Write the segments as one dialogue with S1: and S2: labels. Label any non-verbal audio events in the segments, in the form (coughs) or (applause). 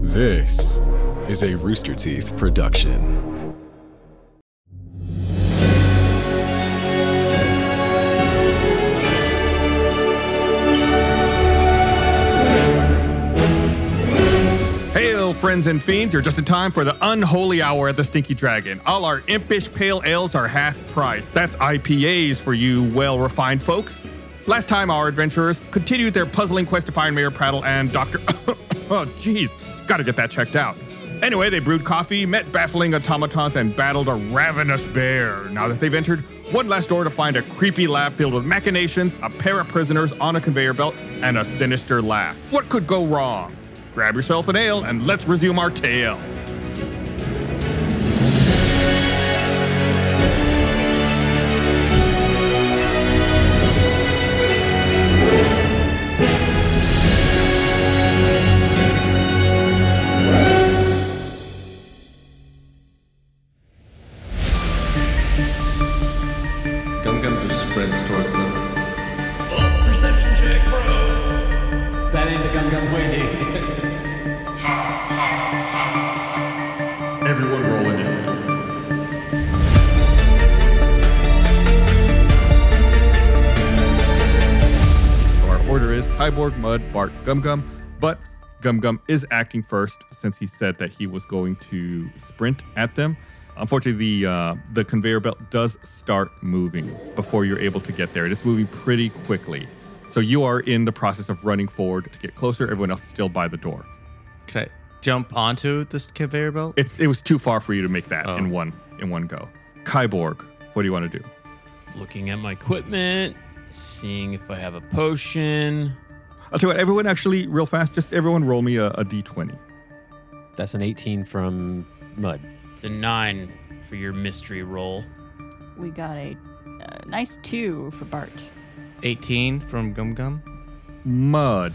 S1: This is a Rooster Teeth production.
S2: Hail, friends and fiends, you're just in time for the unholy hour at the Stinky Dragon. All our impish pale ales are half price. That's IPAs for you well refined folks. Last time, our adventurers continued their puzzling quest to find Mayor Prattle and Dr. (coughs) oh, jeez, gotta get that checked out. Anyway, they brewed coffee, met baffling automatons, and battled a ravenous bear. Now that they've entered, one last door to find a creepy lab filled with machinations, a pair of prisoners on a conveyor belt, and a sinister laugh. What could go wrong? Grab yourself an ale and let's resume our tale.
S3: Gum Gum just sprints towards them.
S4: Perception check, bro.
S5: That ain't the Gum Gum way, dude.
S2: Everyone roll initiative. So our order is Tyborg, Mud, Bart, Gum Gum, but Gum Gum is acting first since he said that he was going to sprint at them. Unfortunately, the uh, the conveyor belt does start moving before you're able to get there. It is moving pretty quickly, so you are in the process of running forward to get closer. Everyone else is still by the door.
S6: Can I jump onto this conveyor belt?
S2: It's it was too far for you to make that in one in one go. Kyborg, what do you want to do?
S4: Looking at my equipment, seeing if I have a potion.
S2: I'll tell you what. Everyone, actually, real fast, just everyone roll me a, a d20.
S5: That's an 18 from Mud.
S4: It's a nine for your mystery
S2: (laughs)
S4: roll.
S7: We got a, uh nice two for Bart.
S6: 18 from Gum Gum.
S2: Mud.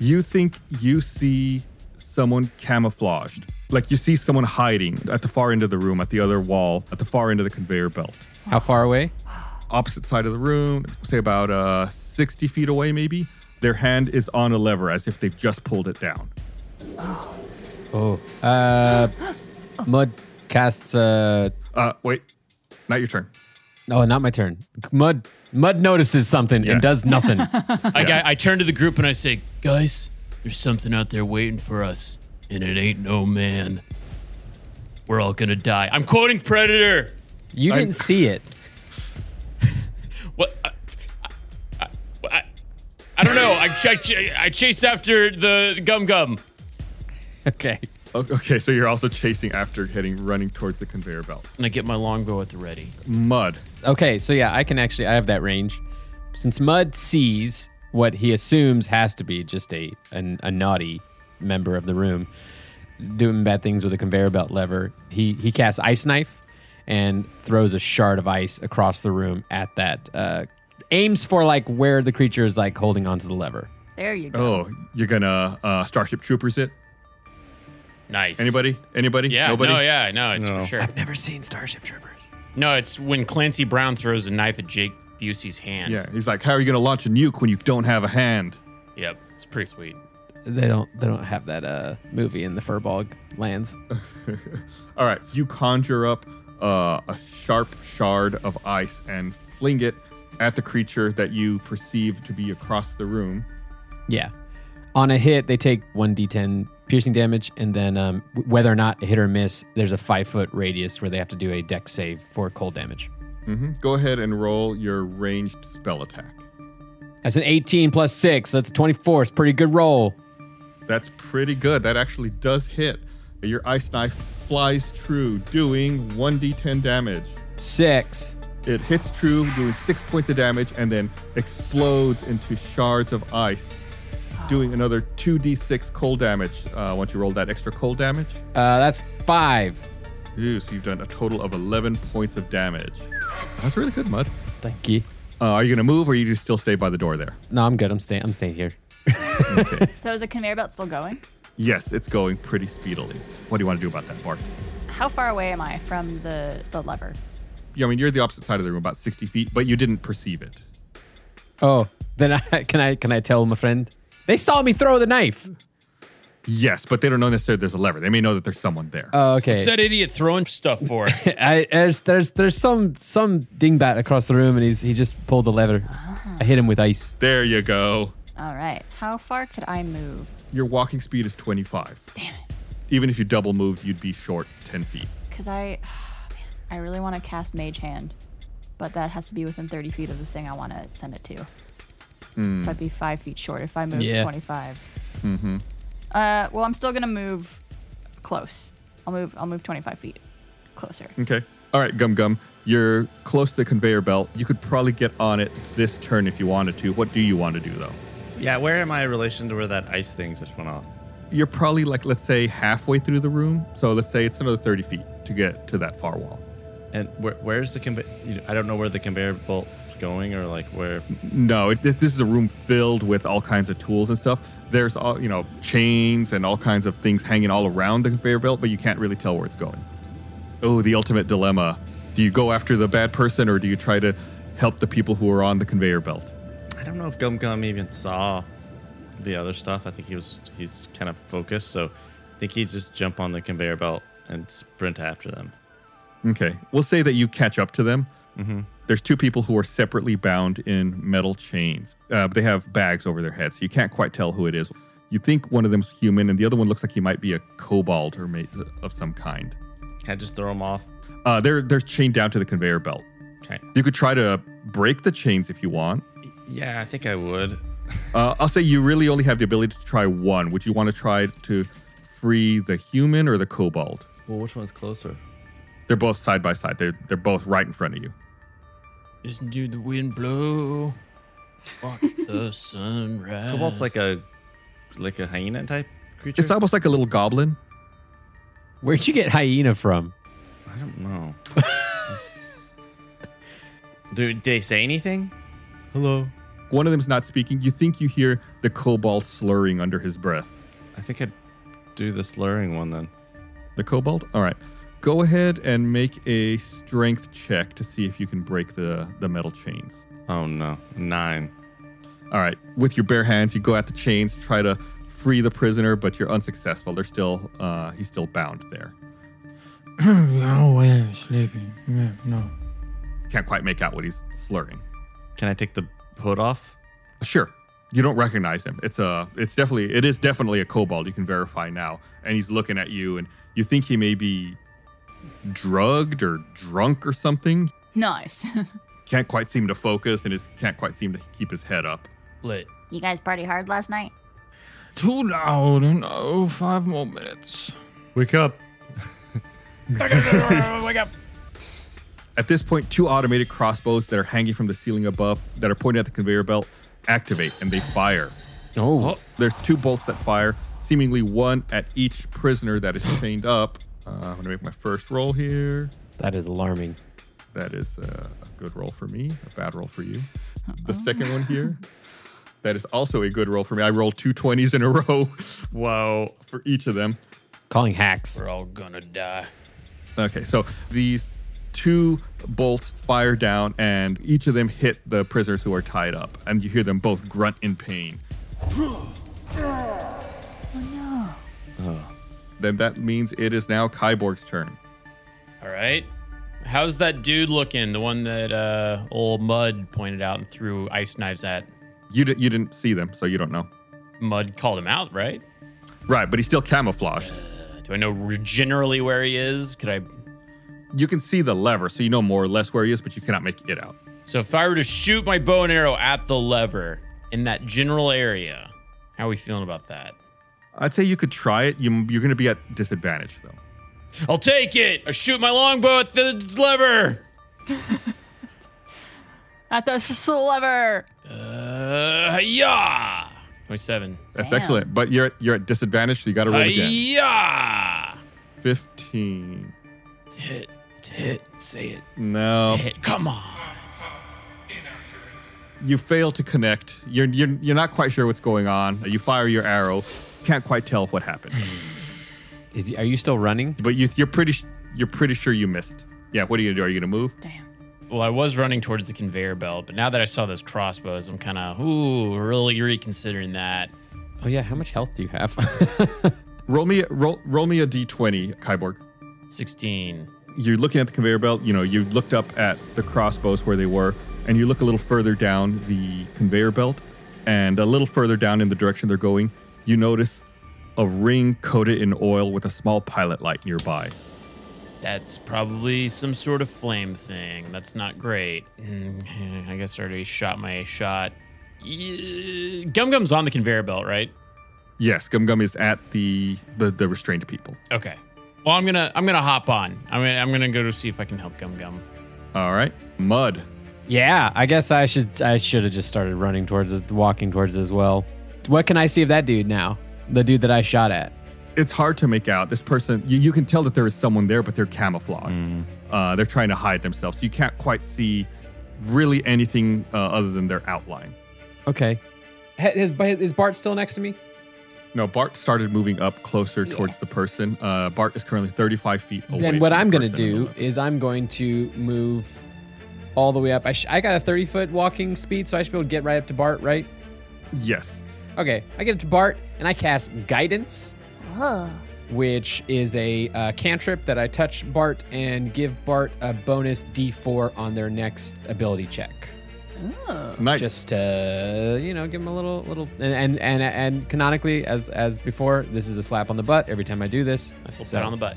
S2: You think you see someone camouflaged? Like you see someone hiding at the far end of the room, at the other wall, at the far end of the conveyor belt,
S8: How far away?
S2: opposite side of the room, say about uh, 60 feet away, maybe. Their hand is on a lever as if they've just pulled it down.
S8: Oh. Uh, Mud casts. Uh,
S2: Uh, wait, not your turn.
S8: no, not my turn. Mud Mud notices something
S2: Yeah.
S8: and does nothing. (laughs)
S4: I, got, I turn to the group and I say, Guys, there's something out there waiting for us, and it ain't no man. We're all gonna die. I'm quoting Predator.
S8: you didn't see it.
S4: What? I, I, I, I don't know. I, ch- I chased after the gum gum.
S8: (laughs) Okay.
S2: O- Okay, so you're also chasing after heading running towards the conveyor belt.
S4: And I get my longbow at the ready.
S2: Mud.
S8: Okay, so yeah, I can actually. I have that range. Since Mud sees what he assumes has to be just a an, a naughty member of the room doing bad things with a conveyor belt lever, he he casts Ice Knife and throws a shard of ice across the room at that. Uh, aims for like where the creature is like holding onto the lever.
S7: There you go.
S2: Oh, you're gonna uh, Starship Troopers it?
S4: Nice.
S2: Anybody? Anybody?
S4: Yeah.
S2: Nobody?
S4: No. Yeah. No. It's for sure.
S8: never seen Starship Troopers.
S4: No. It's when Clancy Brown throws a knife at Jake Busey's hand.
S2: Yeah. He's like, how are you gonna launch a nuke when you don't have a hand?
S4: Yep. It's pretty sweet.
S8: They don't. They don't have that uh, movie in the Furbog lands.
S2: All right. So you conjure up uh, a sharp shard of ice and fling it at the creature that you perceive to be across the room.
S8: Yeah. On a hit, they take one d10 piercing damage, and then um, w- whether or not a hit or miss, there's a five foot radius where they have to do a deck save for cold damage.
S2: Mhm. Go ahead and roll your ranged spell attack.
S8: That's an 18 plus six. So that's a 24. It's a pretty good roll.
S2: That's pretty good. That actually does hit. Your ice knife flies true, doing 1d10 damage.
S8: Six.
S2: It hits True, doing six points of damage, and then explodes into shards of ice, doing another 2d6 cold damage uh, once you roll that extra cold damage.
S8: Uh, that's five.
S2: Ooh, so you've done a total of 11 points of damage. That's really good, Mud.
S8: Thank you.
S2: Uh, are you going to move, or you just still stay by the door there?
S8: No, I'm good. I'm staying. I'm staying here.
S7: So is the conveyor belt still going?
S2: Yes, it's going pretty speedily. What do you want to do about that, Bart?
S7: How far away am I from the, the lever?
S2: Yeah, I mean, you're the opposite side of the room, about 60 feet, but you didn't perceive it.
S8: (laughs) Oh, then I can I can I tell my friend? They saw me throw the knife.
S2: Yes, but they don't know necessarily there's a lever. They may know that there's someone there.
S8: Oh, okay.
S4: What's that idiot throwing stuff for?
S8: (laughs) I, there's there's there's some some dingbat across the room, and he's he just pulled the lever. I hit him with ice.
S2: there you go.
S7: All right. How far could I move?
S2: Your walking speed is 25.
S7: Damn it.
S2: Even if you double moved, you'd be short 10 feet.
S7: Because I, (sighs) man, I really want to cast Mage Hand, but that has to be within 30 feet of the thing I want to send it to. So I'd be five feet short if I move
S8: Yeah.
S7: 25. Mm-hmm. Uh, well, I'm still gonna move close. I'll move. I'll move 25 feet closer.
S2: Okay. All right, Gum Gum. You're close to the conveyor belt. You could probably get on it this turn if you wanted to. What do you want to do, though?
S9: Yeah, where am I in relation to where that ice thing just went off?
S2: You're probably like, let's say, halfway through the room. So let's say it's another 30 feet to get to that far wall.
S9: And where, where's the conveyor? You know, I don't know where the conveyor belt's going or like where.
S2: No, it, this, this is a room filled with all kinds of tools and stuff. There's all, you know, chains and all kinds of things hanging all around the conveyor belt, but you can't really tell where it's going. Oh, the ultimate dilemma. Do you go after the bad person or do you try to help the people who are on the conveyor belt?
S9: I don't know if Gum Gum even saw the other stuff. I think he was he's kind of focused, so I think he'd just jump on the conveyor belt and sprint after them.
S2: Okay. We'll say that you catch up to them. There's two people who are separately bound in metal chains. Uh, but they have bags over their heads, so you can't quite tell who it is. You think one of them's human, and the other one looks like he might be a kobold or mate of some kind.
S9: Can I just throw him off?
S2: Uh, they're they're chained down to the conveyor belt.
S9: Okay.
S2: You could try to break the chains if you want.
S9: Yeah, I think I would.
S2: Uh, I'll say you really only have the ability to try one. Would you want to try to free the human or the kobold?
S9: Well, which one's closer?
S2: They're both side by side. They're they're both right in front of you.
S4: Listen to the wind blow. (laughs) Watch the sunrise.
S9: Cobalt's like a like a hyena type creature.
S2: It's almost like a little goblin.
S8: Where'd you get hyena from?
S9: I don't know. Do did they say anything? Hello.
S2: One of them's not speaking. You think you hear the kobold slurring under his breath.
S9: I think I'd do the slurring one then.
S2: The kobold? All right. Go ahead and make a strength check to see if you can break the, the metal chains.
S9: Oh no, nine.
S2: All right. With your bare hands, you go at the chains, try to free the prisoner, but you're unsuccessful. They're still, uh, he's still bound there.
S10: Oh, yeah, sleeping. Yeah, no.
S2: Can't quite make out what he's slurring. Uh,
S9: Can I take the hood off?
S2: Sure. You don't recognize him. It's a it's definitely it is definitely a kobold, you can verify now. And he's looking at you and you think he may be drugged or drunk or something.
S7: Nice. (laughs)
S2: Can't quite seem to focus and is can't quite seem to keep his head up.
S4: lit.
S7: you guys party hard last night.
S10: Too loud and oh, five more minutes.
S9: Wake up.
S2: At this point, two automated crossbows that are hanging from the ceiling above that are pointed at the conveyor belt activate and they fire.
S8: Oh,
S2: There's two bolts that fire, seemingly one at each prisoner that is chained up. Uh, I'm gonna make my first roll here.
S8: that is alarming.
S2: That is uh, a good roll for me, a bad roll for you. The second one here, that is also a good roll for me. I rolled two 20s in a row (laughs)
S9: Whoa.
S2: for each of them.
S8: Calling hacks.
S4: We're all gonna die.
S2: Okay, so these two bolts fire down, and each of them hit the prisoners who are tied up, and you hear them both grunt in pain. Uh, Then that means it is now Kyborg's turn.
S4: All right. How's that dude looking? The one that uh, old Mud pointed out and threw ice knives at.
S2: You d- you didn't see them, so you don't know.
S4: Mud called him out, right?
S2: Right, but he's still camouflaged.
S4: Do I know re- generally where he is? Could I?
S2: You can see the lever, so you know more or less where he is, but you cannot make it out.
S4: So if I were to shoot my bow and arrow at the lever in that general area, how are we feeling about that?
S2: I'd say you could try it. You, you're going to be at disadvantage, though.
S4: I'll take it. I shoot my longbow at the lever.
S7: At the sliver.
S4: Uh, yeah. Twenty-seven.
S2: That's
S7: Damn.
S2: excellent, but you're at, you're at disadvantage, so you got to roll again.
S4: Yeah.
S2: Fifteen.
S4: It's a hit. It's a hit. Say it.
S2: No,
S4: Hit. Come on.
S2: you fail to connect. You're, you're you're not quite sure what's going on. You fire your arrow, can't quite tell what happened,
S8: Is he, are you still running?
S2: but you you're pretty sh- you're pretty sure you missed. Yeah, what are you gonna do? Are you gonna move?
S7: Damn.
S4: Well, I was running towards the conveyor belt, but now that I saw those crossbows, I'm kind of ooh, really reconsidering that.
S8: Oh yeah, how much health do you have?
S2: roll me roll roll me a d20, Kyborg.
S4: 16.
S2: You're looking at the conveyor belt. You know, you looked up at the crossbows where they were, and you look a little further down the conveyor belt, and a little further down in the direction they're going, you notice a ring coated in oil with a small pilot light nearby.
S4: That's probably some sort of flame thing. That's not great. Mhm, I guess I already shot my shot. Yeah, Gum Gum's on the conveyor belt, right?
S2: Yes, Gum Gum is at the the, the restrained people.
S4: Okay. Well, I'm gonna I'm gonna hop on. I'm gonna I'm gonna go to see if I can help Gum Gum.
S2: All right, mud.
S8: (laughs) yeah, I guess I should I should have just started running towards it, walking towards it as well. What can I see of that dude now? The dude that I shot at.
S2: It's hard to make out. This person, you, you can tell that there is someone there, but they're camouflaged.
S8: Mm.
S2: Uh, they're trying to hide themselves, so you can't quite see really anything uh, other than their outline.
S8: Okay. Is, is Bart still next to me?
S2: No, Bart started moving up closer towards the person. Uh, Bart is currently 35 feet
S10: Oh,
S2: away.
S8: Then what
S2: from the
S8: I'm going to
S2: person in the
S8: do is I'm going to move all the way up. I, sh- I got a 30 foot walking speed, so I should be able to get right up to Bart, right?
S2: Yes.
S8: Okay, I get up to Bart and I cast Guidance,
S7: Oh.
S8: which is a uh, cantrip that I touch Bart and give Bart a bonus D4 on their next ability check.
S2: Nice.
S8: Just to you know, give him a little, little, and and and, and canonically, as as before, this is a slap on the butt every time I do this.
S4: Nice little
S8: So-
S4: pat on the butt.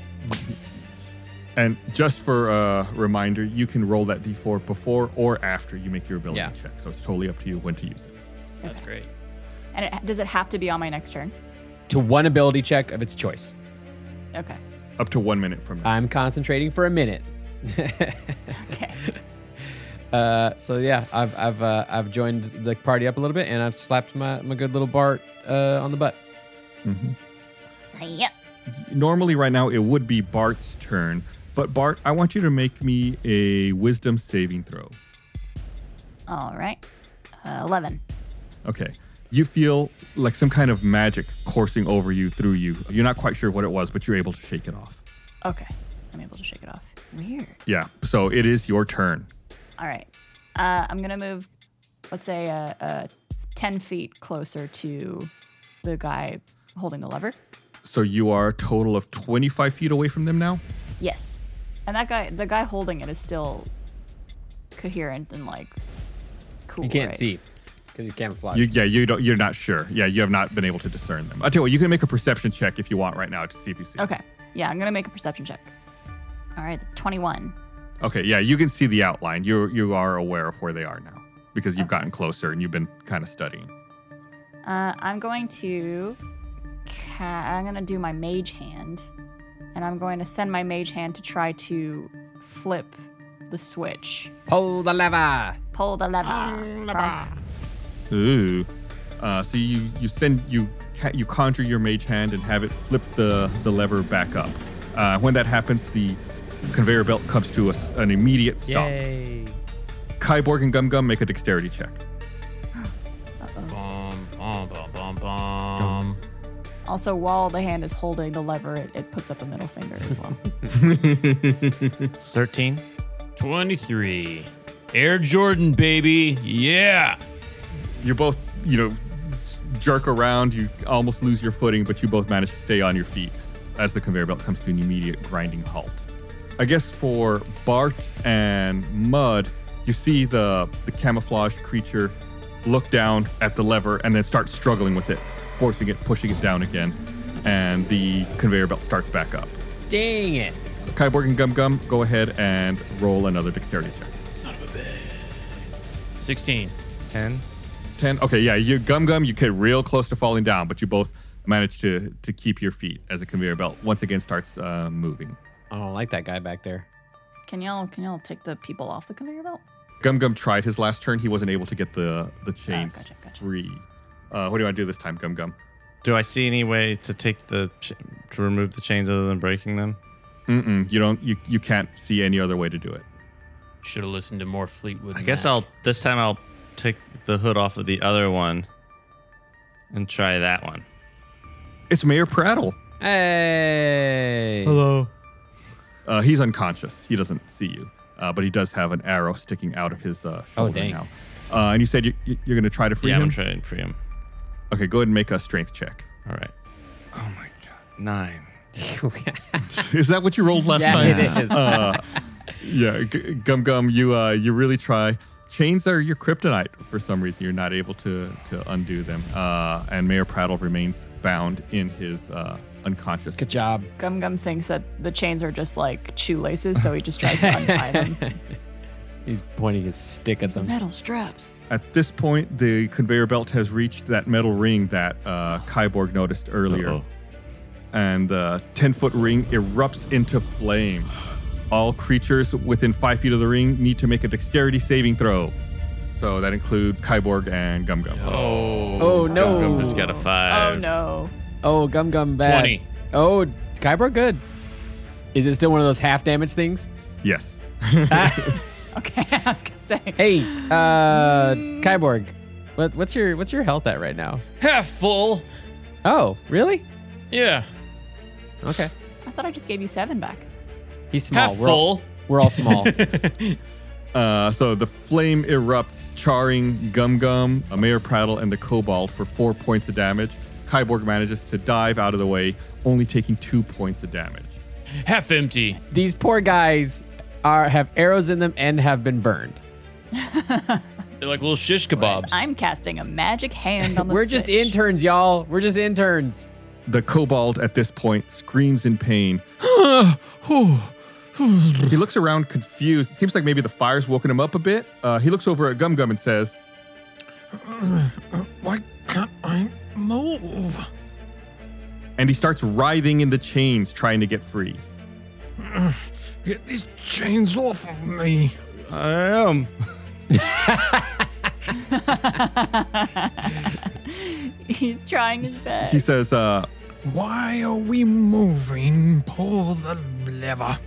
S2: And just for a reminder, you can roll that d4 before or after you make your ability
S8: Yeah.
S2: check. So it's totally up to you when to use it.
S4: That's great.
S7: And it, does it have to be on my next turn?
S8: to one ability check of its choice. (laughs)
S7: Okay.
S2: Up to one minute from now.
S8: I'm concentrating for a minute.
S7: Okay.
S8: Uh, so yeah, I've I've uh, I've joined the party up a little bit, and I've slapped my, my good little Bart uh, on the butt.
S7: yep.
S2: Normally, right now, it would be Bart's turn. But Bart, I want you to make me a wisdom saving throw.
S7: All right. Uh, 11.
S2: Okay. You feel like some kind of magic coursing over you, through you. You're not quite sure what it was, but you're able to shake it off.
S7: Okay. I'm able to shake it off. Weird.
S2: Yeah. So it is your turn.
S7: All right. Uh, I'm going to move, let's say, uh, uh, 10 feet closer to the guy holding the lever.
S2: So you are a total of 25 feet away from them now?
S7: Yes. And that guy, the guy holding it is still coherent and like cool.
S8: You can't
S7: right?
S8: see because he's camouflaged.
S2: You, yeah, you don't, you're not sure. Yeah, you have not been able to discern them. I'll tell you what, you can make a perception check if you want right now to see if you see.
S7: Okay. Yeah, I'm going to make a perception check. All right. 21.
S2: Okay, yeah, you can see the outline. You you are aware of where they are now because you've gotten closer and you've been kind of studying.
S7: Uh, I'm going to. Ca- I'm going to do my mage hand. And I'm going to send my mage hand to try to flip the switch.
S8: Pull the lever.
S7: Pull the lever. Bonk.
S2: Ooh. Uh, so you you send you ca- you conjure your mage hand and have it flip the the lever back up. Uh, when that happens, the conveyor belt comes to us an immediate stop. Kyborg and Gum Gum make a dexterity check.
S4: Bum, bum, bum, bum, bum.
S7: Also, while the hand is holding the lever, it, it puts up a middle finger as well.
S6: 13.
S4: 23. Air Jordan, baby. Yeah.
S2: You both you know s- jerk around. You almost lose your footing, but you both manage to stay on your feet as the conveyor belt comes to an immediate grinding halt. I guess for Bart and Mud, you see the the camouflaged creature look down at the lever and then start struggling with it, forcing it, pushing it down again, and the conveyor belt starts back up.
S8: Dang it!
S2: Kyborg and Gum Gum, go ahead and roll another dexterity check.
S4: Son of a bitch. 16.
S6: 10.
S2: 10 okay yeah you gum gum you get real close to falling down but you both manage to to keep your feet as the conveyor belt once again starts uh, moving
S8: I don't like that guy back there.
S7: can y'all can y'all take the people off the conveyor belt?
S2: gum gum tried his last turn he wasn't able to get the the chains
S7: Oh, gotcha, gotcha.
S2: free uh, what do you want to do this time gum gum
S9: Do I see any way to take the ch- to remove the chains other than breaking them?
S2: Mm-mm, you don't you, you can't see any other way to do it
S4: Should have listened to more Fleetwood.
S9: I guess
S4: Mac.
S9: I'll this time I'll take the hood off of the other one and try that one.
S2: it's mayor prattle
S8: Hey.
S6: Hello.
S2: uh, he's unconscious he doesn't see you uh, but he does have an arrow sticking out of his uh, shoulder
S8: dang.
S2: now uh, and you said you, you- you're going to try to free
S9: Oh, yeah, I'm
S2: him
S9: gonna try and free him.
S2: Okay, go ahead and make a strength check. (laughs)
S9: All right. Oh my god, nine.
S2: is that what you rolled last
S9: Yeah,
S2: time?
S9: it is.
S2: Uh, yeah, G- Gum Gum, you uh, you really try. Chains are your kryptonite for some reason. You're not able to to undo them. Uh, and Mayor Prattle remains bound in his uh, unconscious. Good
S8: job.
S7: Gum Gum thinks that the chains are just like shoelaces, so he just tries to untie them.
S8: He's pointing his stick at them.
S7: Metal straps.
S2: At this point, the conveyor belt has reached that metal ring that uh, Kyborg noticed earlier. And the 10 foot ring erupts into flame. All creatures within five feet of the ring need to make a dexterity saving throw. So that includes Kyborg and Gum Gum.
S9: Oh,
S8: Oh, no.
S9: Gum just got a five.
S7: no.
S8: Oh, gum gum bad.
S9: 20.
S8: Oh, Kyber good. Is it still one of those half damage things?
S2: Yes.
S7: Okay, (laughs) I was gonna say.
S8: Hey, uh, Kyborg, what, what's your what's your health at right now?
S4: Half full.
S8: Oh, really?
S4: Yeah.
S8: Okay.
S7: I thought I just gave you seven back.
S8: He's small.
S4: Half
S8: we're All,
S4: full.
S8: we're all small.
S2: Uh, so the flame erupts, charring Gum Gum, uh, Mayor Prattle, and the Cobalt for four points of damage. Kyborg manages to dive out of the way, only taking two points of damage.
S4: Half empty.
S8: These poor guys are have arrows in them and have been burned.
S4: They're like little shish kebabs.
S7: I'm casting a magic hand on the
S8: (laughs) We're just
S7: switch.
S8: interns, y'all. We're just interns.
S2: The Cobalt at this point screams
S10: (sighs)
S2: in pain. he looks around confused. It seems like maybe the fire's woken him up a bit. Uh, he looks over at Gum Gum and says,
S10: Why can't I move?
S2: and he starts writhing in the chains trying to get free.
S10: Get these chains off of me.
S6: I am.
S7: He's trying his best.
S2: He says, uh,
S10: Why are we moving? Pull the lever.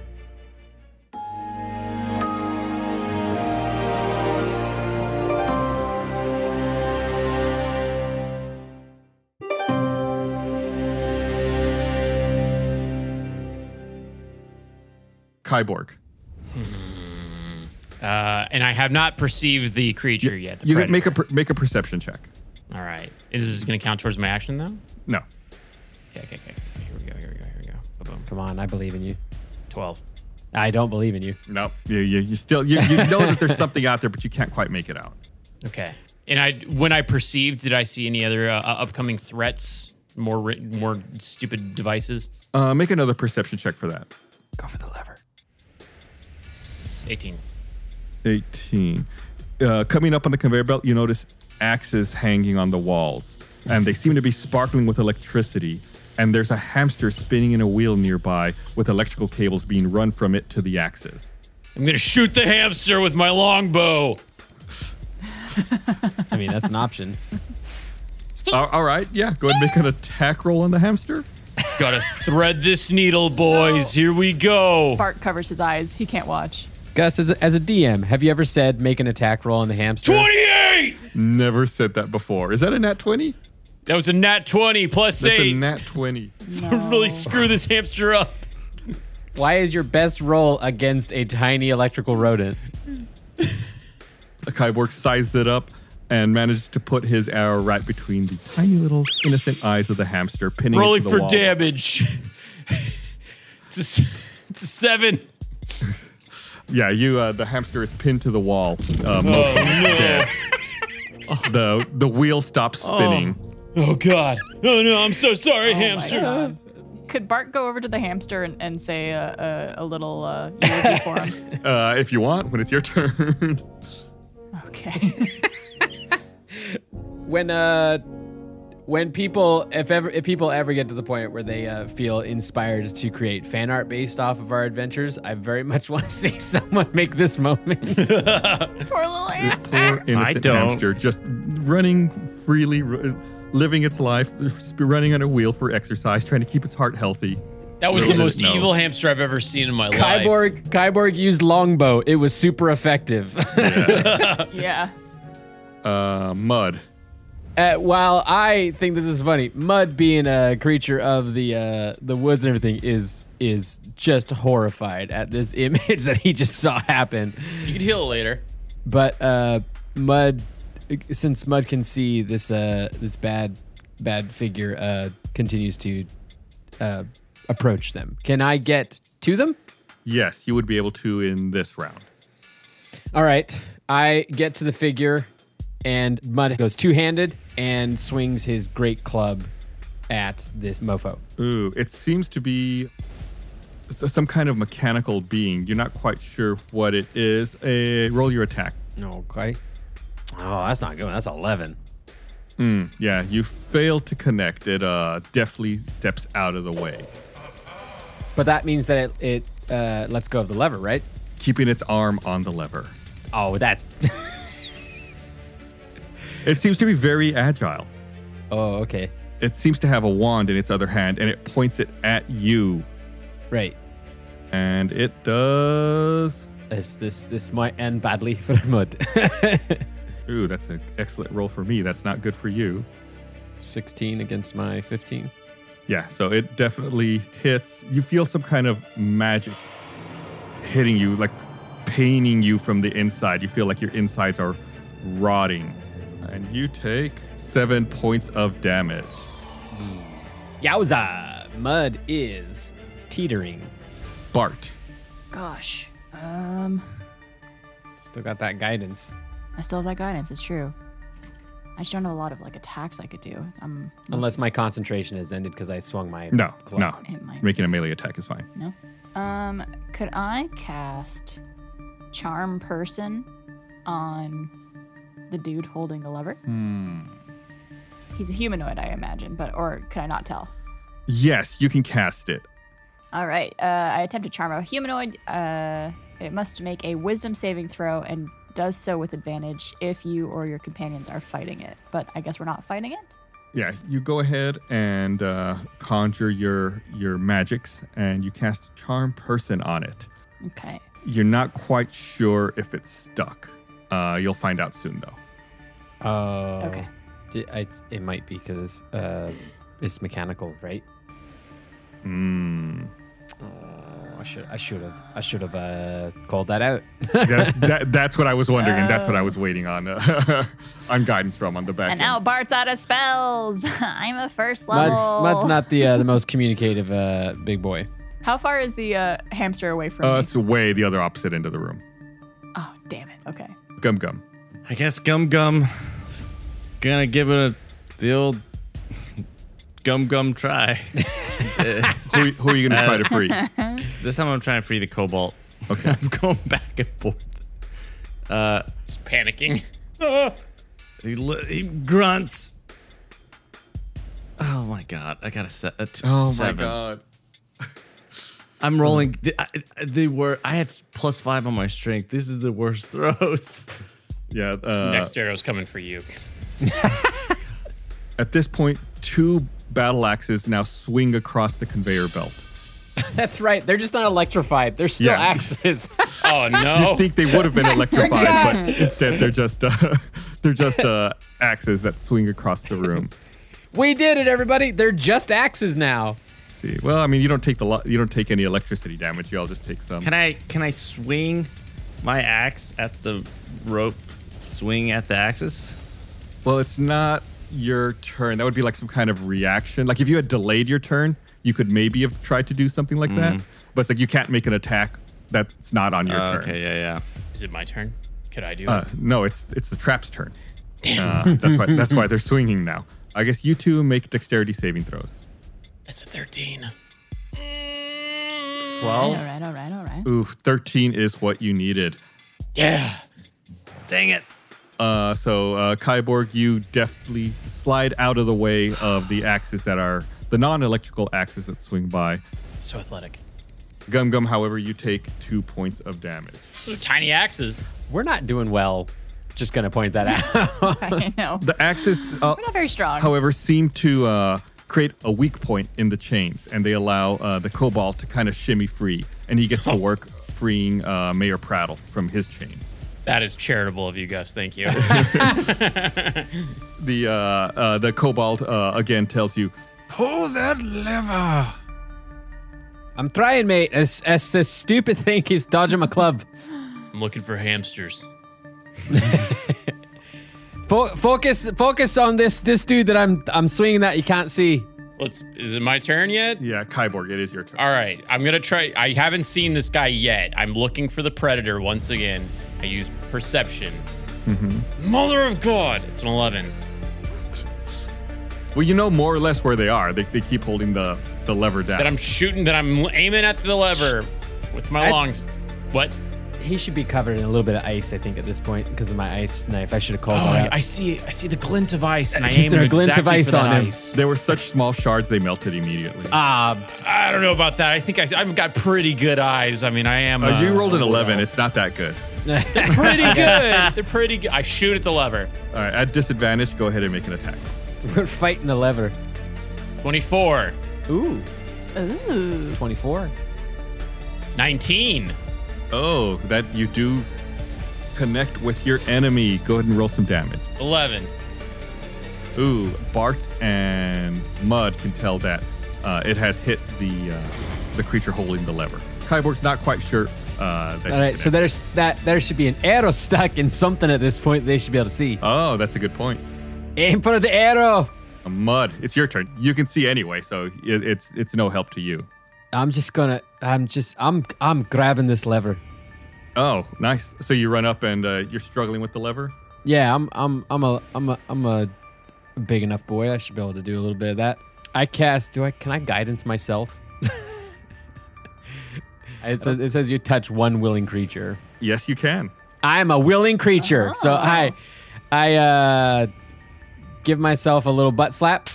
S2: Kyborg.
S4: Uh, and I have not perceived the creature yet. the
S2: You can make a
S4: predator.
S2: per- make a perception check.
S4: All right. Is this going to count towards my action though?
S2: No.
S4: Okay, okay, okay. Here we go. Here we go. Here we go. Boom.
S8: Come on, I believe in you.
S4: Twelve.
S8: I don't believe in you.
S2: No, you, you, you still you, you know that (laughs) there's something out there, but you can't quite make it out.
S4: Okay. And I, when I perceived, did I see any other uh, upcoming threats? More, ri- more stupid devices.
S2: Uh, make another perception check for that.
S8: Go for the lever.
S4: It's Eighteen.
S2: 18. Uh, coming up on the conveyor belt, you notice axes hanging on the walls, and they seem to be sparkling with electricity. And there's a hamster spinning in a wheel nearby, with electrical cables being run from it to the axes.
S4: I'm gonna shoot the hamster with my longbow.
S8: I mean, that's an option.
S2: Al- all right, yeah, go ahead and make an attack roll on the hamster.
S4: Gotta thread this needle, boys. Here we go.
S7: Bart covers his eyes. He can't watch.
S8: Gus, as a, as a DM, have you ever said make an attack roll on the hamster?
S4: Twenty-eight.
S2: Never said that before. Is that a nat 20?
S4: That was a nat twenty plus
S2: That's a
S4: eight.
S2: nat 20.
S4: (laughs) really screw this hamster up.
S8: Why is your best roll against a tiny electrical rodent?
S2: Kyborg sized it up and managed to put his arrow right between the tiny little innocent eyes of the hamster, pinning
S4: Rolling
S2: it to the
S4: for
S2: wall.
S4: damage. (laughs) it's, a, s- it's a seven.
S2: Yeah, you. Uh, the hamster is pinned to the wall.
S4: Oh,
S2: Uh, mostly dead. The the wheel stops spinning.
S4: Oh God. Oh no. I'm so sorry,
S7: Oh my
S4: hamster.
S7: God. Could Bart go over to the hamster and, and say a, a, a little uh, eulogy for
S8: (laughs)
S7: him?
S2: Uh, if you want, when it's your (laughs) turn.
S7: Okay. (laughs)
S8: When uh when people if ever if people ever get to the point where they uh, feel inspired to create fan art based off of our adventures, I very much (laughs) want to see someone make this moment.
S7: Poor little hamster.
S4: Ah,
S2: Poor innocent
S6: don't.
S2: hamster, just running freely, r- living its life, sp- running on a wheel for exercise, trying to keep its heart healthy.
S4: That was the
S2: Really?
S4: most
S2: No.
S4: evil hamster I've ever seen in my life.
S8: Kyborg Kyborg used longbow. It was super effective. (laughs)
S7: Yeah.
S2: Uh, mud.
S8: Uh, while I think this is funny, Mud being a creature of the uh, the woods and everything is is just horrified at this (laughs) image that he just saw happen.
S4: You can heal it later.
S8: But uh, Mud, since Mud can see this uh, this bad bad figure uh, continues to uh, approach them. Can I get to them?
S2: Yes, you would be able to in this round.
S8: All right. I get to the figure, and Mud goes two handed and swings his great club at this mofo.
S2: Ooh, it seems to be s- some kind of mechanical being. You're not quite sure what it is. A roll your attack.
S8: Okay. Oh, that's not good. That's 11.
S2: Mm, yeah, you fail to connect. It uh, deftly steps out of the way,
S8: But that means that it, it uh, lets go of the lever, right?
S2: keeping its arm on the lever.
S8: Oh, that's.
S2: It seems to be very agile.
S8: (laughs) oh, okay.
S2: It seems to have a wand in its other hand, and it points it at you.
S8: Right.
S2: And it does.
S8: This this this might end badly for Mud. (laughs)
S2: Ooh, that's an excellent roll for me. That's not good for you.
S8: 16 against my 15.
S2: Yeah, so it definitely hits. You feel some kind of magic hitting you, like paining you from the inside. You feel like your insides are rotting. And you take seven points of damage.
S8: Yowza! Mud is teetering.
S2: Bart.
S7: Gosh. Um,
S8: Still got that guidance.
S7: I still have that guidance. It's true. I just don't know a lot of like attacks I could do. I'm
S8: Unless my concentration has ended because I swung my
S2: No,
S8: club.
S2: no.
S7: It might-
S2: Making a melee attack is fine.
S7: no. Um, could I cast charm person on the dude holding the lever?
S2: Hmm.
S7: He's a humanoid, I imagine, but or could I not tell?
S2: Yes, you can cast it.
S7: All right. Uh, I attempt to charm a humanoid. Uh, it must make a wisdom saving throw and does so with advantage if you or your companions are fighting it. But I guess we're not fighting it.
S2: Yeah, you go ahead and uh, conjure your your magics, and you cast charm person on it.
S7: Okay.
S2: You're not quite sure if it's stuck. Uh, you'll find out soon, though.
S8: Oh.
S7: Okay.
S8: D- I- it might be because uh, it's mechanical, right? Hmm.
S2: Mm.
S8: Oh, I should I should have I should have uh, called that out.
S2: that, that, that's what I was wondering, and that's what I was waiting on (laughs) uh, on guidance from on the back.
S7: And
S2: end.
S7: now Bart's out of spells. (laughs) I'm a first level.
S8: Mud's, Mud's not the uh, the most communicative uh, big boy.
S7: How far is the uh, hamster away from
S2: uh,
S7: me?
S2: it's way the other opposite end of the room.
S7: Oh, damn it. Okay.
S2: Gum gum.
S9: I guess Gum Gum gonna give it a, the old Gum Gum try.
S2: Who, who are you gonna try to free?
S9: This time I'm trying to free the cobalt. Okay. (laughs) I'm going back and forth. Uh,
S4: Just panicking.
S2: Uh,
S9: he, li- he grunts. Oh my god! I got a set. A t- seven.
S2: god.
S9: I'm rolling. th- I- I- They were. I have plus five on my strength. This is the worst throws. (laughs)
S2: Yeah. Uh,
S4: Next arrow's coming for you.
S2: At this point, two battle axes now swing across the conveyor belt.
S8: That's right. They're just not electrified. They're still
S2: Yeah.
S8: axes. (laughs)
S2: (laughs)
S4: Oh no!
S2: I think they would have been electrified, but instead they're just uh, (laughs) they're just uh, axes that swing across the room.
S8: we did it, everybody. They're just axes now.
S2: See, well, I mean, you don't take the lo- you don't take any electricity damage. You all just take some.
S9: Can I can I swing my axe at the rope? Swing at the axis.
S2: Well, it's not your turn. That would be like some kind of reaction. Like if you had delayed your turn, you could maybe have tried to do something like that. But it's like you can't make an attack that's not on your
S9: Mm-hmm. Oh,
S2: turn.
S9: okay. Yeah. Yeah.
S4: Is it my turn? Could I do
S2: Uh,
S4: it?
S2: no, it's it's the trap's turn. Uh, that's why that's why they're swinging now. I guess you two make dexterity saving throws.
S4: That's a thirteen.
S7: All
S9: Twelve.
S7: right, all right, all right.
S2: Ooh, 13 is what you needed.
S4: Yeah.
S9: Dang it.
S2: Uh, so, uh, Kyborg, you deftly slide out of the way of the axes that are the non electrical axes that swing by.
S4: So athletic.
S2: Gum Gum, however, you take two points of damage.
S4: Those are tiny axes.
S8: We're not doing well. Just gonna point that (laughs) out.
S7: (laughs) I know.
S2: The axes, uh,
S7: We're not very strong.
S2: however, seem to uh, create a weak point in the chains, and they allow uh, the Cobalt to kind of shimmy free, and he gets to work freeing uh, Mayor Prattle from his chains.
S4: That is charitable of you, Gus. Thank
S8: (laughs)
S4: you.
S2: The uh, uh, the Cobalt uh, again tells you,
S10: Pull that lever.
S8: I'm trying, mate. As as this stupid thing keeps dodging my club.
S4: I'm looking for hamsters.
S8: Fo- focus, focus on this this dude that I'm I'm swinging that you can't see.
S4: Let's. Is it my turn yet?
S2: Yeah, Kyborg, it is your turn.
S4: All right, I'm gonna try. I haven't seen this guy yet. I'm looking for the predator once again. I use perception.
S8: Mm-hmm.
S4: Mother of God! It's an 11.
S2: Well, you know more or less where they are. They, they keep holding the, the lever down.
S4: That I'm shooting. That I'm aiming at the lever with my
S8: I-
S4: lungs. What?
S8: He should be covered in a little bit of ice, I think, at this point because of my ice knife. I should have
S4: Oh,
S8: called that
S4: I,
S8: out.
S4: I see. I see the glint of ice, and I
S8: Is
S4: aim
S8: there a
S4: exactly
S8: glint of ice
S4: for that
S8: on him?
S4: ice.
S2: They were such small shards, they melted immediately.
S8: Ah,
S4: I don't know about that. I think I, I've got pretty good eyes. I mean, I am.
S2: Uh, you rolled an
S4: a
S2: 11. It's not that good.
S8: (laughs)
S4: pretty good. They're pretty good. I shoot at the lever.
S2: All right, at disadvantage, go ahead and make an attack.
S8: we're fighting the lever.
S4: 24,
S8: Ooh,
S7: Ooh.
S8: 24.
S4: 19.
S2: Oh, that you do connect with your enemy. Go ahead and roll some damage.
S4: 11.
S2: Ooh, Bart and Mud can tell that uh, it has hit the uh, the creature holding the lever. Kyborg's not quite sure. Uh, that
S8: All right, so there's that. There should be an arrow stuck in something at this point. They should be able to see.
S2: Oh, that's a good point. Uh,
S8: Aim for the arrow.
S2: Mud, it's your turn. You can see anyway, so it, it's it's no help to you.
S8: I'm just gonna. I'm just. I'm. I'm grabbing this lever.
S2: Oh, nice. So you run up and uh, you're struggling with the lever.
S8: Yeah, I'm I'm I'm a I'm a I'm a big enough boy. I should be able to do a little bit of that. I cast. Do I? Can I guidance myself? (laughs) it says it says you touch one willing creature.
S2: Yes, you can.
S8: I am a willing creature, so I I uh, give myself a little butt slap.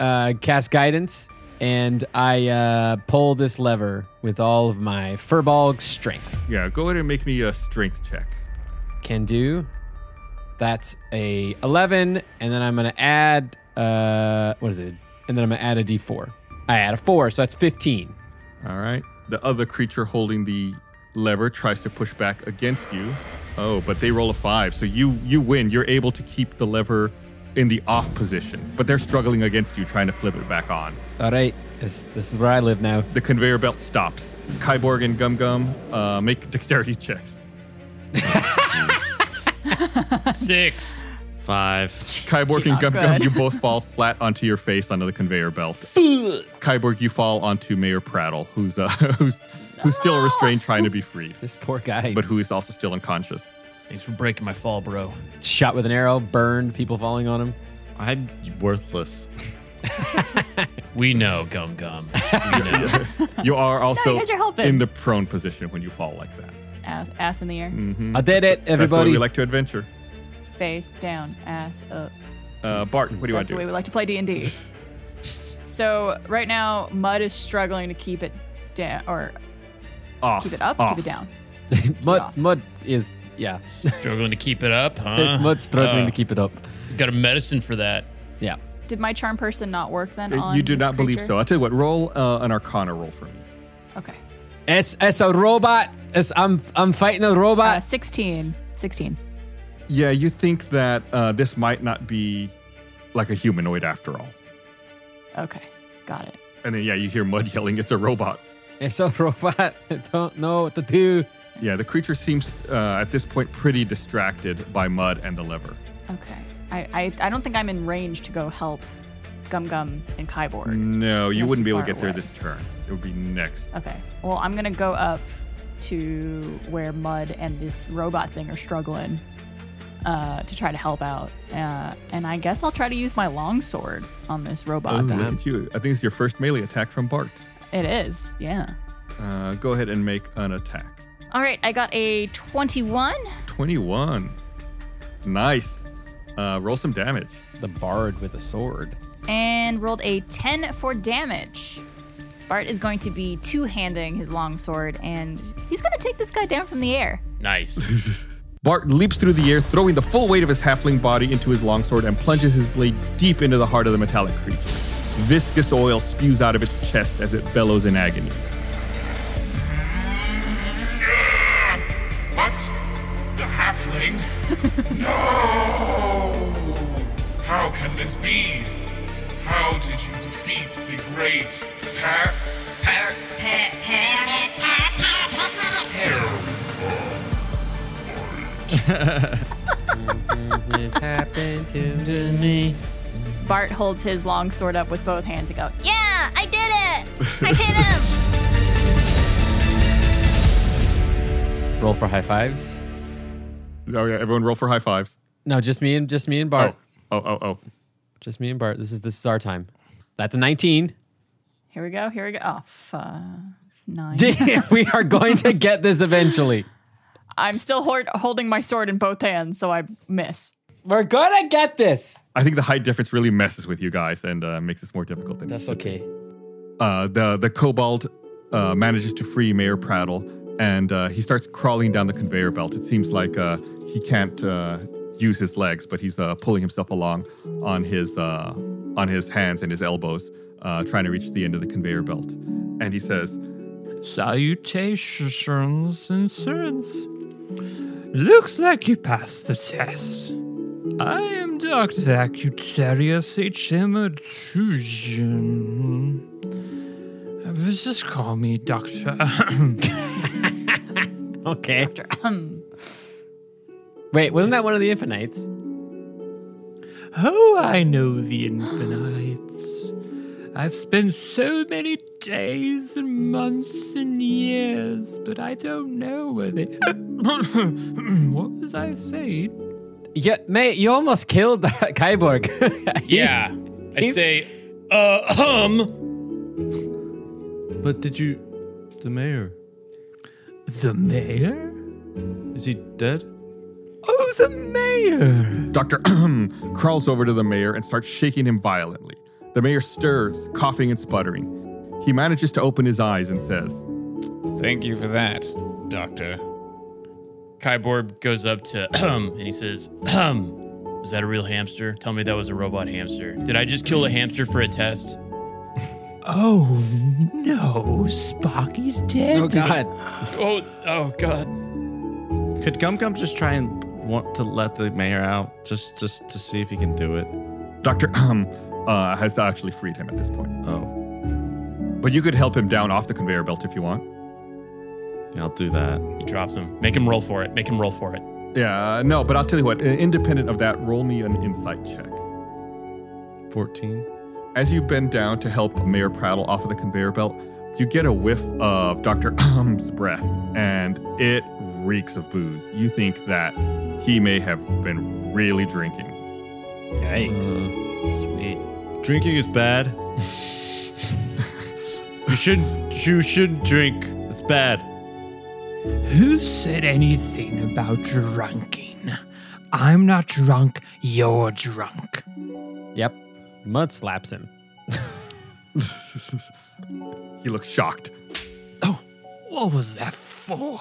S8: Uh, cast guidance, and I uh, pull this lever with all of my furball strength.
S2: Yeah, go ahead and make me a strength check.
S8: can do. That's a 11, and then I'm gonna add uh, what is it? And then I'm gonna add a d4. I add a four, so that's 15.
S2: All right. The other creature holding the lever tries to push back against you. Oh, but they roll a five, so you you win. You're able to keep the lever in the off position, but they're struggling against you, trying to flip it back on.
S8: All right, this this is where I live now.
S2: The conveyor belt stops. Kyborg and Gum Gum uh, make (laughs) dexterity checks.
S4: Six.
S9: Five.
S2: Kyborg and
S7: Not
S2: Gum Gum,
S7: good.
S2: you both
S7: (laughs)
S2: fall flat onto your face onto the conveyor belt. Kyborg, you fall onto Mayor Prattle, who's uh, (laughs) who's who's still restrained, trying to be freed,
S8: This poor guy,
S2: but who is also still unconscious.
S4: Thanks for breaking my fall, bro.
S8: shot with an arrow, burned, people falling on him.
S9: I'm worthless.
S4: We know, Gum Gum. We know.
S2: You are also
S7: guys are helping.
S2: in the prone position when you fall like that.
S7: Ass, ass in the air.
S2: Hmm.
S8: I did it,
S2: That's the way
S8: everybody.
S2: we like to adventure.
S7: Face down, ass up.
S2: Uh, Bart, what do you want
S7: That's the
S2: to
S7: way we
S2: do?
S7: like to play D
S2: (laughs)
S7: and D. So right now, Mud is struggling to keep it down or
S2: Off.
S7: keep it up,
S2: off.
S7: keep it down.
S8: (laughs) mud, mud is yeah,
S4: Struggling to keep it up,
S2: Uh-huh.
S4: huh?
S8: mud struggling
S4: Uh,
S8: to keep it up.
S4: Got a medicine for that.
S8: Yeah,
S7: Did my charm person not work then?
S2: Uh,
S7: on
S2: You do
S7: this
S2: not believe
S7: creature?
S2: so. I'll tell you what, roll uh, an Arcana roll for me.
S7: Okay.
S8: it's it's a robot. It's I'm I'm fighting a
S7: Uh,
S8: robot.
S7: 16. 16.
S2: Yeah, you think that uh, this might not be like a humanoid after all.
S7: Okay. Got it.
S2: And then, yeah, you hear Mud yelling, it's a robot.
S8: It's a (laughs) robot. I don't know what to do.
S2: Yeah, the creature seems uh, at this point pretty distracted by Mud and the lever.
S7: Okay. I, I, I don't think I'm in range to go help Gum Gum and Kyborg.
S2: No, you
S7: That's
S2: wouldn't be able to
S7: far
S2: get there
S7: away.
S2: this turn. It would be next.
S7: Okay. Well, I'm going to go up to where Mud and this robot thing are struggling uh, to try to help out. Uh, and I guess I'll try to use my longsword on this robot.
S2: Ooh,
S7: thing.
S2: look at you. I think it's your first melee attack from Bart.
S7: It is. Yeah.
S2: Uh, go ahead and make an attack.
S7: All right. I got a 21.
S2: 21. Nice. Uh, roll some damage.
S8: The bard with a sword.
S7: and rolled a 10 for damage. Bart is going to be two handing his longsword and he's going to take this guy down from the air.
S4: Nice.
S2: Bart leaps through the air, throwing the full weight of his halfling body into his longsword and plunges his blade deep into the heart of the metallic creature. Viscous oil spews out of its chest as it bellows in agony.
S11: What? The halfling? no! How can this be? How did you defeat the great Pa- Pa- Terrible.
S9: It's happened to
S4: me.
S7: Bart holds his long sword up with both hands and go, Yeah, I did it! I hit him!
S8: Roll for high fives.
S2: Oh yeah, everyone roll for high fives.
S8: No, just me and just me and Bart.
S2: Oh oh oh.
S8: Just me and Bart. This is this is our time. That's a 19.
S7: Here we go, here we go. Oh, fu- Nine.
S8: (laughs) Damn, we are going to get this eventually.
S7: I'm still hor- holding my sword in both hands, so I miss.
S8: We're gonna get this.
S2: I think the height difference really messes with you guys and uh, makes this more difficult. Than
S8: That's okay.
S2: Uh, the the kobold uh, manages to free Mayor Prattle, and uh, he starts crawling down the conveyor belt. It seems like uh, he can't uh, use his legs, but he's uh, pulling himself along on his uh, on his hands and his elbows, uh, trying to reach the end of the conveyor belt. And he says,
S10: Salutations, insurance. Looks like you passed the test. I am Dr. Acutarius H. Hematusian. Uh, Just call me Doctor. (laughs)
S8: Okay.
S10: um.
S8: Wait, wasn't that one of the infinites?
S10: oh, I know the infinites. I've spent so many days and months and years, but I don't know where they. (laughs) what was I saying?
S8: Yeah, mate, you almost killed (laughs) Kyborg.
S4: Yeah. Ah, I say, uh, um.
S9: But did you. The mayor.
S10: The mayor?
S9: Is he dead?
S10: Oh, the mayor!
S2: Dr. (clears throat) crawls over to the mayor and starts shaking him violently. The mayor stirs, coughing and sputtering. He manages to open his eyes and says,
S12: Thank you for that, Doctor.
S4: Kyborg goes up to (clears throat) um and he says, um, was that a real hamster? Tell me that was a robot hamster. Did I just kill a hamster for a test?
S10: Oh no, Spocky's dead.
S8: Oh God.
S4: Oh, oh God.
S9: Could Gum Gum just try and want to let the mayor out just just to see if he can do it?
S2: Dr. (clears throat) uh, has actually freed him at this point.
S9: Oh,
S2: But you could help him down off the conveyor belt if you want.
S9: yeah, I'll do that.
S4: He drops him. Make him roll for it. Make him roll for it.
S2: Yeah, uh, no, but I'll tell you what, i- independent of that, roll me an insight check.
S9: 14.
S2: As you bend down to help Mayor Prattle off of the conveyor belt, you get a whiff of Dr. (clears throat) Um's breath, and it reeks of booze. You think that he may have been really drinking.
S8: Yikes.
S4: Sweet.
S9: Drinking is bad. you shouldn't you shouldn't drink. It's bad.
S10: Who said anything about drinking? I'm not drunk, you're drunk.
S8: Yep. Mud slaps him.
S2: He looks shocked.
S10: What Oh, was that for?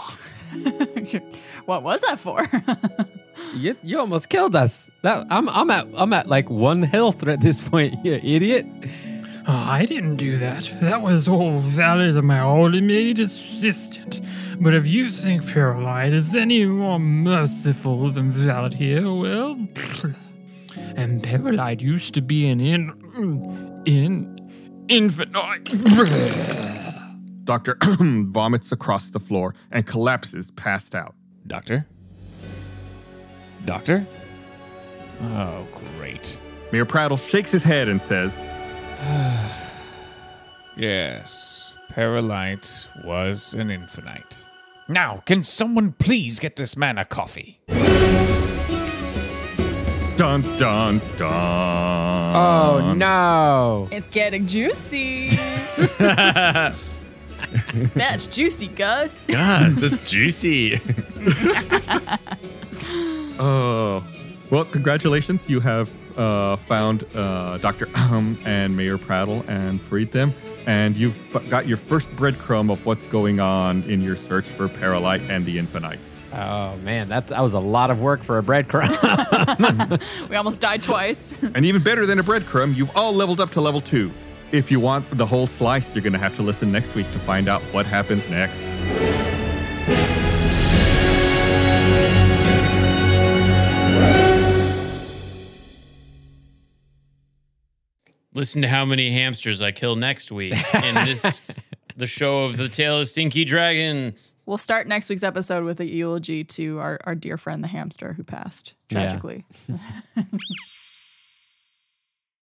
S7: what was that for? (laughs)
S8: You, you almost killed us. That I'm I'm at I'm at like one health at this point. (laughs) You idiot.
S10: Oh, I didn't do that. That was all valid of my old immediate assistant. But if you think Paralyte is any more merciful than Valid here, well. (sniffs) And Paralyte used to be an in. in. (sniffs) infinite.
S2: (clears throat) Dr. Um vomits across the floor and collapses, passed out.
S12: Doctor? Doctor? Oh, great.
S2: Mayor Prattle shakes his head and says,
S12: Yes, Paralite was an infinite. Now, can someone please get this man a coffee?
S2: Dun dun dun.
S8: Oh no.
S7: it's getting juicy. That's juicy, Gus.
S9: Yes, it's (laughs) juicy.
S2: Oh. Well, congratulations. You have uh, found uh, (laughs) Dr. Um and Mayor Prattle and freed them. And you've f- got your first breadcrumb of what's going on in your search for Paralyte and the Infinites.
S8: Oh man, that's that was a lot of work for a breadcrumb. (laughs)
S7: We almost died twice.
S2: (laughs)
S7: (laughs)
S2: And even better than a breadcrumb, you've all leveled up to level two. If you want the whole slice, you're going to have to listen next week to find out what happens next.
S4: Listen to how many hamsters I kill next week in this the show of the Tale of Stinky Dragon.
S7: We'll start next week's episode with a eulogy to our, our dear friend the hamster who passed
S8: Yeah.
S7: tragically.